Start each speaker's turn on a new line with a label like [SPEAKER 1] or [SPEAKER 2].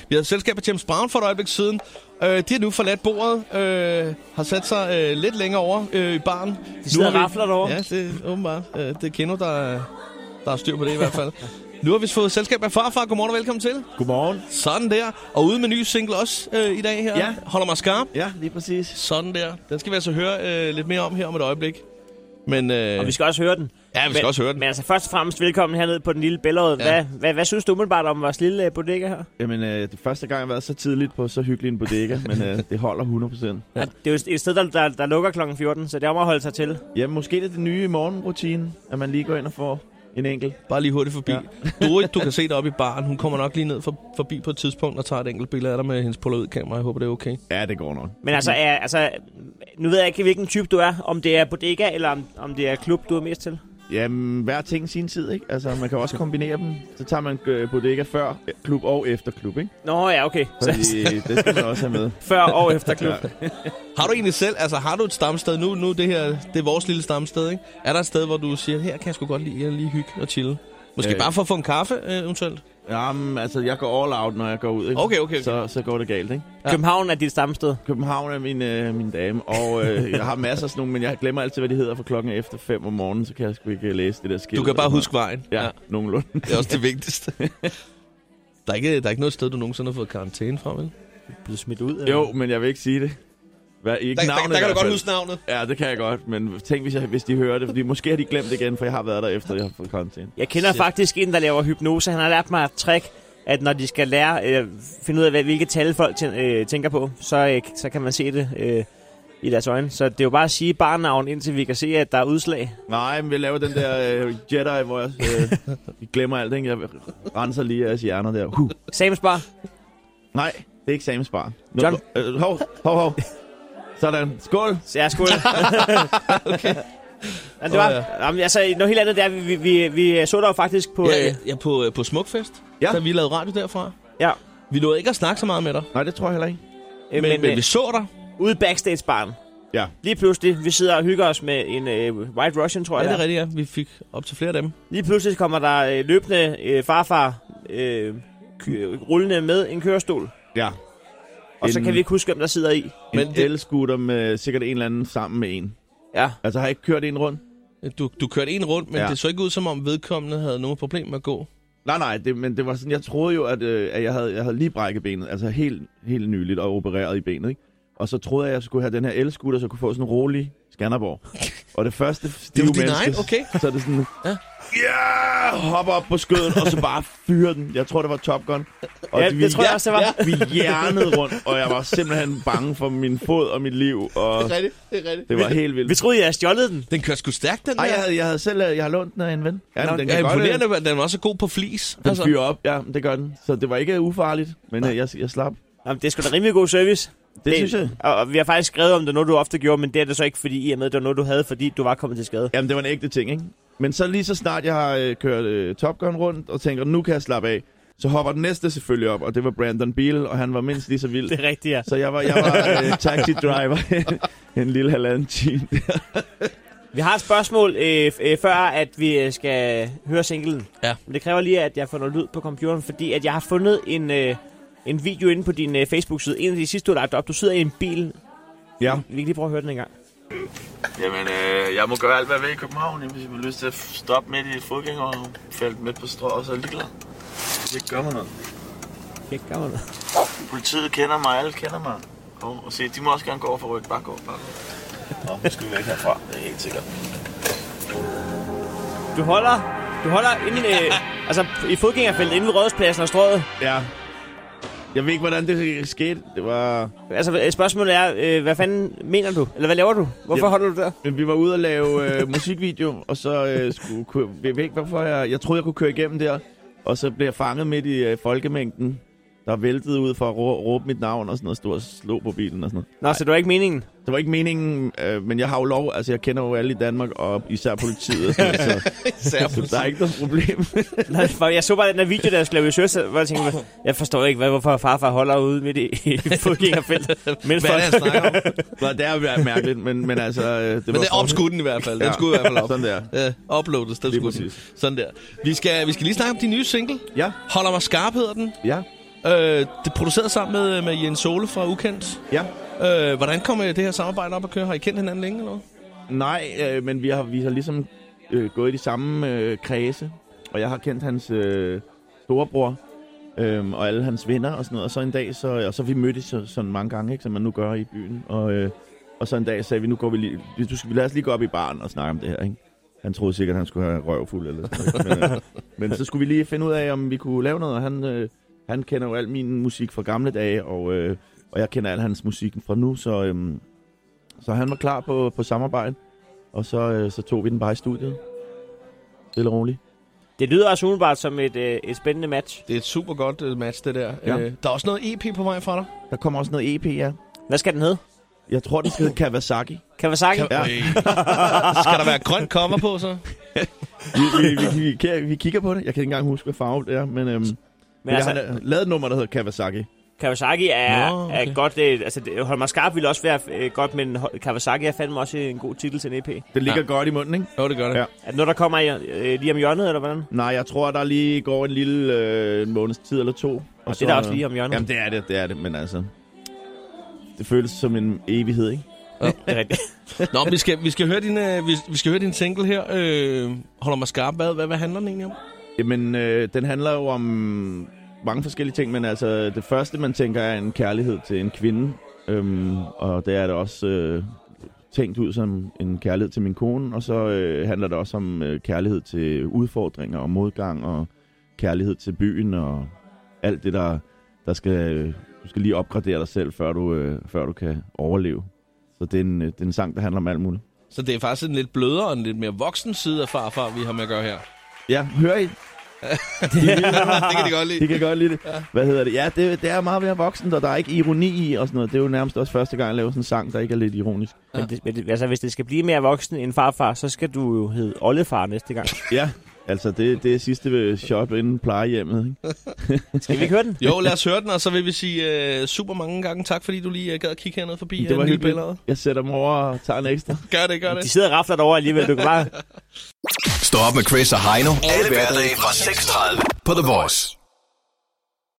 [SPEAKER 1] Vi havde selskab af James Brown for et øjeblik siden. Øh, de har nu forladt bordet, øh, har sat sig øh, lidt længere over øh, i baren.
[SPEAKER 2] De sidder
[SPEAKER 1] Nu har
[SPEAKER 2] og rafler derovre.
[SPEAKER 1] Ja, det er åbenbart. Øh, det er Keno, der, der er styr på det i hvert fald. Nu har vi fået selskab af farfar. Godmorgen og velkommen til.
[SPEAKER 2] Godmorgen.
[SPEAKER 1] Sådan der. Og ude med ny single også øh, i dag her.
[SPEAKER 2] Ja.
[SPEAKER 1] Holder mig skarp.
[SPEAKER 2] Ja, lige præcis.
[SPEAKER 1] Sådan der. Den skal vi altså høre øh, lidt mere om her om et øjeblik. Men øh,
[SPEAKER 2] Og vi skal også høre den.
[SPEAKER 1] ja, vi skal
[SPEAKER 2] men,
[SPEAKER 1] også høre den.
[SPEAKER 2] Men altså først og fremmest velkommen hernede på den lille billede. Ja. Hvad, hvad, hvad synes du umiddelbart om vores lille øh, bodega her?
[SPEAKER 3] Jamen, øh, det er første gang, jeg har været så tidligt på så hyggelig en bodega, men øh, det holder
[SPEAKER 2] Ja. Det er jo et sted, der, der, der lukker kl. 14, så det er om at holde sig til.
[SPEAKER 3] 100%. Ja, måske det er det nye i morgenrutine, at man lige går ind og får en enkelt.
[SPEAKER 1] Bare lige hurtigt forbi. Ja. Dorit, du kan se dig oppe i baren. Hun kommer nok lige ned for, forbi på et tidspunkt og tager et enkelt billede af dig med hendes polaroid-kamera. Jeg håber, det er okay.
[SPEAKER 3] Ja, det går nok.
[SPEAKER 2] Men altså, er, altså, nu ved jeg ikke, hvilken type du er. Om det er bodega, eller om, om det er klub, du er mest til.
[SPEAKER 3] Jamen, hver ting sin tid, ikke? Altså, man kan også kombinere dem. Så tager man øh, bodega før klub og efter klub, ikke?
[SPEAKER 2] Nå ja, okay. Så,
[SPEAKER 3] Fordi øh, det skal man også have med.
[SPEAKER 2] før og efter klub.
[SPEAKER 3] Ja.
[SPEAKER 1] Har du egentlig selv, altså har du et stamsted nu? Nu det her, det er vores lille stamsted, ikke? Er der et sted, hvor du siger, her kan jeg sgu godt lide, jeg lige hygge og chille? Måske
[SPEAKER 3] Øh.
[SPEAKER 1] bare for at få en kaffe, øh, eventuelt?
[SPEAKER 3] Jamen, altså, jeg går all out, når jeg går ud, ikke?
[SPEAKER 1] Okay, okay, okay.
[SPEAKER 3] Så, så går det galt, ikke?
[SPEAKER 1] Ja.
[SPEAKER 2] København er dit stamsted.
[SPEAKER 3] København er min, øh, min dame, og øh, jeg har masser af sådan nogle, men jeg glemmer altid, hvad de hedder, for klokken er efter 5 om morgenen, så kan jeg sgu ikke øh, læse det der skilt.
[SPEAKER 1] Du kan bare huske vejen.
[SPEAKER 3] Ja, nogenlunde.
[SPEAKER 1] Det er også det vigtigste. Der er, ikke, der er ikke noget sted, du nogensinde har fået karantæne fra, vel?
[SPEAKER 2] Blev smidt ud? Eller?
[SPEAKER 3] Jo, men jeg vil ikke sige det. Hvad, ikke navnet i hvert fald.
[SPEAKER 1] navnet.
[SPEAKER 3] Ja, det kan jeg godt, men tænk, hvis, jeg, hvis de hører det, fordi måske har de glemt det igen, for jeg har været der efter, jeg har fået karantæne.
[SPEAKER 2] Jeg kender
[SPEAKER 1] Shit.
[SPEAKER 2] Shit. faktisk en, der laver hypnose. Han har lært mig et trick, at når de skal lære, øh, finde ud af, hvad- hvilke tal folk tæ- øh, tænker på, så, øh, så kan man se det øh, i deres øjne. Så det er jo bare at sige barnavn, indtil vi kan se, at der er udslag.
[SPEAKER 3] Nej, men vi laver den der øh, Jedi, hvor jeg øh, glemmer alt, ikke? Jeg renser lige jeres hjerner der. Huh.
[SPEAKER 2] Samens bar.
[SPEAKER 3] Nej, det er ikke Samens bar. Nu,
[SPEAKER 2] John.
[SPEAKER 3] Øh, hov, hov, hov. Sådan. Skål.
[SPEAKER 2] Så jeg skulle. okay. Men det var,
[SPEAKER 1] Åh,
[SPEAKER 2] oh, ja. jamen, altså, noget helt andet, det er, vi, vi, vi, vi så dig jo faktisk på...
[SPEAKER 1] Ja,
[SPEAKER 2] Ja,
[SPEAKER 1] ja, ja på, øh, på Smukfest, ja.
[SPEAKER 3] Ja.
[SPEAKER 1] da vi lavede radio derfra.
[SPEAKER 2] ja.
[SPEAKER 1] Vi nåede ikke at snakke så meget med dig,
[SPEAKER 3] Nej, det tror jeg heller ikke.
[SPEAKER 2] Øh,
[SPEAKER 1] men,
[SPEAKER 2] men,
[SPEAKER 1] men
[SPEAKER 2] øh,
[SPEAKER 1] vi så dig.
[SPEAKER 2] ude backstage baren.
[SPEAKER 3] Ja.
[SPEAKER 2] Lige pludselig, vi sidder og hygger os med en øh, White Russian, tror
[SPEAKER 1] Ja,
[SPEAKER 2] jeg.
[SPEAKER 1] det
[SPEAKER 2] der
[SPEAKER 1] er rigtigt, ja. Vi fik op til flere af dem.
[SPEAKER 2] Lige pludselig kommer der øh, løbende øh, farfar øh, kø- rullende med en kørestol.
[SPEAKER 3] Ja.
[SPEAKER 2] Og så
[SPEAKER 3] En-
[SPEAKER 2] kan vi ikke huske, hvem der sidder i.
[SPEAKER 3] Men
[SPEAKER 1] Men det-
[SPEAKER 3] en el-scooter med sikkert en eller anden sammen med en.
[SPEAKER 2] Ja.
[SPEAKER 3] Altså, har jeg ikke kørt en rundt?
[SPEAKER 1] Du, du kørte en rundt, men ja.
[SPEAKER 3] Ja.
[SPEAKER 1] det så ikke ud, som om vedkommende havde nogen problemer med at gå.
[SPEAKER 3] Nej, nej, det, men det var sådan, jeg troede jo, at, øh, at jeg, havde, jeg havde lige brækket benet, altså helt, helt nyligt og opereret i benet, ikke? Og så troede jeg, at jeg skulle have den her elskutter, så jeg kunne få sådan en rolig Skanderborg. Og det første stive
[SPEAKER 1] din
[SPEAKER 3] menneske,
[SPEAKER 1] egen? Okay.
[SPEAKER 3] så er det sådan,
[SPEAKER 1] Ja.
[SPEAKER 3] ja, yeah! hopper op på skødet, og så bare fyre den. Jeg tror, det var Top Gun. Og
[SPEAKER 2] Ja, det tror jeg også, det var.
[SPEAKER 3] Vi hjernede rundt, og jeg var simpelthen bange for min fod og mit liv, og
[SPEAKER 1] rigtigt, det er rigtigt.
[SPEAKER 3] det var helt vildt.
[SPEAKER 2] Vi troede, jeg havde stjålet den.
[SPEAKER 1] Den kørte sgu stærkt, den
[SPEAKER 3] Ej,
[SPEAKER 1] der.
[SPEAKER 3] jeg havde, jeg havde selv øh, jeg havde lånt den af en ven. Ja, men den
[SPEAKER 1] Ja,
[SPEAKER 3] kan godt, øh,
[SPEAKER 1] imponerende, at den var så god på flis.
[SPEAKER 3] Den altså. fyrer op, ja, det gør den. Så det var ikke ufarligt, men øh, jeg, jeg slap. Det,
[SPEAKER 2] Jamen, det er sgu da rimelig god service.
[SPEAKER 3] det synes jeg.
[SPEAKER 2] Og, og vi har faktisk skrevet om det, er noget du ofte gjorde, men det er det så ikke, fordi i og med, det var noget, du havde, fordi du var kommet til skade.
[SPEAKER 3] Jamen, det var en ægte ting, ikke? Men så lige så snart jeg har øh, kørt øh, Top Gun rundt og tænker, nu kan jeg slappe af, så hopper den næste selvfølgelig op, og det var Brandon Beal, og han var mindst lige så vild.
[SPEAKER 2] Det er rigtigt, ja.
[SPEAKER 3] Så jeg var, jeg var øh, taxi driver en lille halvanden time.
[SPEAKER 2] Vi har et spørgsmål, øh, f- øh, før at vi øh, skal høre singlen.
[SPEAKER 1] Ja.
[SPEAKER 2] Men det kræver lige, at jeg får noget lyd på computeren, fordi at jeg har fundet en, øh, en video inde på din øh, Facebook-side. En af de sidste, du har lagt op. Du sidder i en bil.
[SPEAKER 3] Ja.
[SPEAKER 2] Vi kan lige prøve at høre den en gang.
[SPEAKER 4] Jamen, øh, jeg må gøre alt, hvad jeg vil i København. Jamen, hvis jeg har lyst til at stoppe midt i et fodgængerfelt midt på strået, og så er jeg ligeglad. Hvis ikke gør mig noget.
[SPEAKER 2] Jeg gør noget.
[SPEAKER 4] Politiet kender mig, alle kender mig. Og, og se, de må også gerne gå over for rødt. Bare gå, bare gå. Nå, nu skal vi væk herfra. Det er helt sikkert.
[SPEAKER 2] Du holder, du holder inden, øh, altså i fodgængerfeltet inden ved Rådhuspladsen og strøget.
[SPEAKER 3] Ja. Jeg ved ikke, hvordan det skete. Det var...
[SPEAKER 2] Altså øh, spørgsmålet er, øh, hvad fanden mener du? Eller hvad laver du? Hvorfor
[SPEAKER 3] Jamen.
[SPEAKER 2] holder du der?
[SPEAKER 3] Men vi var ude og lave øh, musikvideo, og så øh, skulle, kunne, jeg ved ikke, hvorfor jeg, jeg troede, jeg kunne køre igennem der, og så blev jeg fanget midt i øh, folkemængden, der væltede ud for at rå, råbe mit navn og sådan noget, stod og slå på bilen og sådan noget.
[SPEAKER 2] Nå, så det var ikke meningen.
[SPEAKER 3] Det var ikke meningen, øh, men jeg har jo lov, altså jeg kender jo alle i Danmark, og især politiet og sådan noget, så, så der er ikke noget problem.
[SPEAKER 2] Nå, for jeg så bare den der video, der jeg skulle lave research, hvor jeg tænkte, "Hvad- jeg forstår ikke, hvad, hvorfor farfar holder ude midt i, i fodgængerfeltet. Mens
[SPEAKER 1] Hvad er det,
[SPEAKER 2] folk
[SPEAKER 1] han snakker om?
[SPEAKER 3] så det er jo mærkeligt, men, men altså... Øh, det
[SPEAKER 1] Men det er opskudden i hvert fald. Den
[SPEAKER 3] Ja.
[SPEAKER 1] skulle i hvert fald op.
[SPEAKER 3] Sådan der.
[SPEAKER 1] Øh, uploades, den
[SPEAKER 3] Lige
[SPEAKER 1] skulle den.
[SPEAKER 3] præcis.
[SPEAKER 1] Sådan der. Vi skal, vi skal lige snakke om din nye single.
[SPEAKER 3] Ja,
[SPEAKER 1] Holder mig skarp hedder den.
[SPEAKER 3] ja.
[SPEAKER 1] Øh, det er produceret sammen med, med Jens Sole fra Ukendt.
[SPEAKER 3] Ja.
[SPEAKER 1] Øh, hvordan kom øh, det her samarbejde op at køre? Har I kendt hinanden længe eller hvad?
[SPEAKER 3] Nej, øh, men vi har, vi har ligesom øh, gået i de samme øh, kredse, og jeg har kendt hans øh, storebror øh, og alle hans venner og sådan noget. Og så en dag, så, og så vi mødtes så, sådan mange gange, ikke, som man nu gør i byen. Og, øh, og så en dag sagde vi, nu går vi lige, vi- du skal, lad os lige gå op i baren og snakke om det her, ikke? Han troede sikkert, at han skulle have røvfuld eller sådan noget. Men, øh, men så skulle vi lige finde ud af, om vi kunne lave noget. Og han, øh, han kender jo al min musik fra gamle dage, og, øh, og jeg kender al hans musik fra nu. Så, øh, så han var klar på, på samarbejde. Og så, øh, så tog vi den bare i studiet. Stille og roligt.
[SPEAKER 2] Det lyder også umiddelbart som et, øh, et spændende match.
[SPEAKER 1] Det er et super godt øh, match, det der.
[SPEAKER 3] Ja.
[SPEAKER 1] Øh, der er også noget EP på vej fra dig.
[SPEAKER 3] Der kommer også noget EP, ja.
[SPEAKER 2] Hvad skal den hedde?
[SPEAKER 3] Jeg tror, den skal hedde Kawasaki.
[SPEAKER 2] Kawasaki?
[SPEAKER 1] Kan,
[SPEAKER 3] Ja.
[SPEAKER 1] øh, skal der være grønt cover på, så?
[SPEAKER 3] Vi, vi, vi, vi, vi, vi kigger på det. Jeg kan ikke engang huske, hvad farve det er, men, øhm, men
[SPEAKER 2] Men
[SPEAKER 3] jeg
[SPEAKER 2] altså,
[SPEAKER 3] har lavet et nummer, der hedder Kawasaki.
[SPEAKER 2] Kawasaki er,
[SPEAKER 1] Nå,
[SPEAKER 2] Nå,
[SPEAKER 1] okay.
[SPEAKER 2] okay. er godt... Øh, altså, det- hold mig skarp ville også være øh, godt, men ho- Kawasaki er fandme også en god titel til en EP.
[SPEAKER 3] Det ligger ja. godt i munden, ikke?
[SPEAKER 1] Jo, det gør det.
[SPEAKER 3] Ja.
[SPEAKER 2] Er det noget, der kommer i, øh, lige om hjørnet, eller hvordan?
[SPEAKER 3] Nej, jeg tror, der lige går en lille øh, en måneds tid eller to. Og
[SPEAKER 2] det er da også lige om hjørnet.
[SPEAKER 3] Jamen, det er det, det er det, men altså... Det føles som en evighed, ikke?
[SPEAKER 2] Det er rigtigt.
[SPEAKER 1] Nå, men vi skal, vi skal høre din, øh, vi, vi skal høre din single her. Øh, holder mig skarp. Hvad, hvad, hvad handler den egentlig om?
[SPEAKER 3] Jamen, øh, den handler jo om mange forskellige ting, men altså det første, man tænker, er en kærlighed til en kvinde. Øhm, og det er det også øh, tænkt ud som en kærlighed til min kone. Og så øh, handler det også om øh, kærlighed til udfordringer og modgang og kærlighed til byen og alt det, der, der skal... Øh, du skal lige opgradere dig selv, før du, øh, før du kan overleve. Så det er, en, øh, det er en sang, der handler om alt muligt.
[SPEAKER 1] Så det er faktisk en lidt blødere og en lidt mere voksen side af farfar, vi har med at gøre her.
[SPEAKER 3] Ja, hører I?
[SPEAKER 1] det kan de godt lide.
[SPEAKER 3] Det kan jeg godt lide det. Hvad hedder det? Ja, det, det er meget mere voksen, og der er ikke ironi i og sådan noget. Det er jo nærmest også første gang, jeg laver sådan en sang, der ikke er lidt ironisk.
[SPEAKER 2] Men, det, men det, altså, hvis det skal blive mere voksen end farfar, så skal du jo hedde oldefar næste gang.
[SPEAKER 3] Ja, altså det, det er sidste øh, shot inden plejehjemmet. Ikke?
[SPEAKER 2] Skal vi ikke høre den?
[SPEAKER 1] Jo, lad os høre den, og så vil vi sige øh, super mange gange tak, fordi du lige øh, gad at kigge hernede forbi. øh, Nille Bællerød.
[SPEAKER 3] Jeg sætter mig over og tager en ekstra.
[SPEAKER 1] Gør det, gør det.
[SPEAKER 2] De sidder og rafler derovre alligevel. Du kan bare
[SPEAKER 5] Stå op med Chris og Heino. Alle hverdage fra 6.30 på The Voice.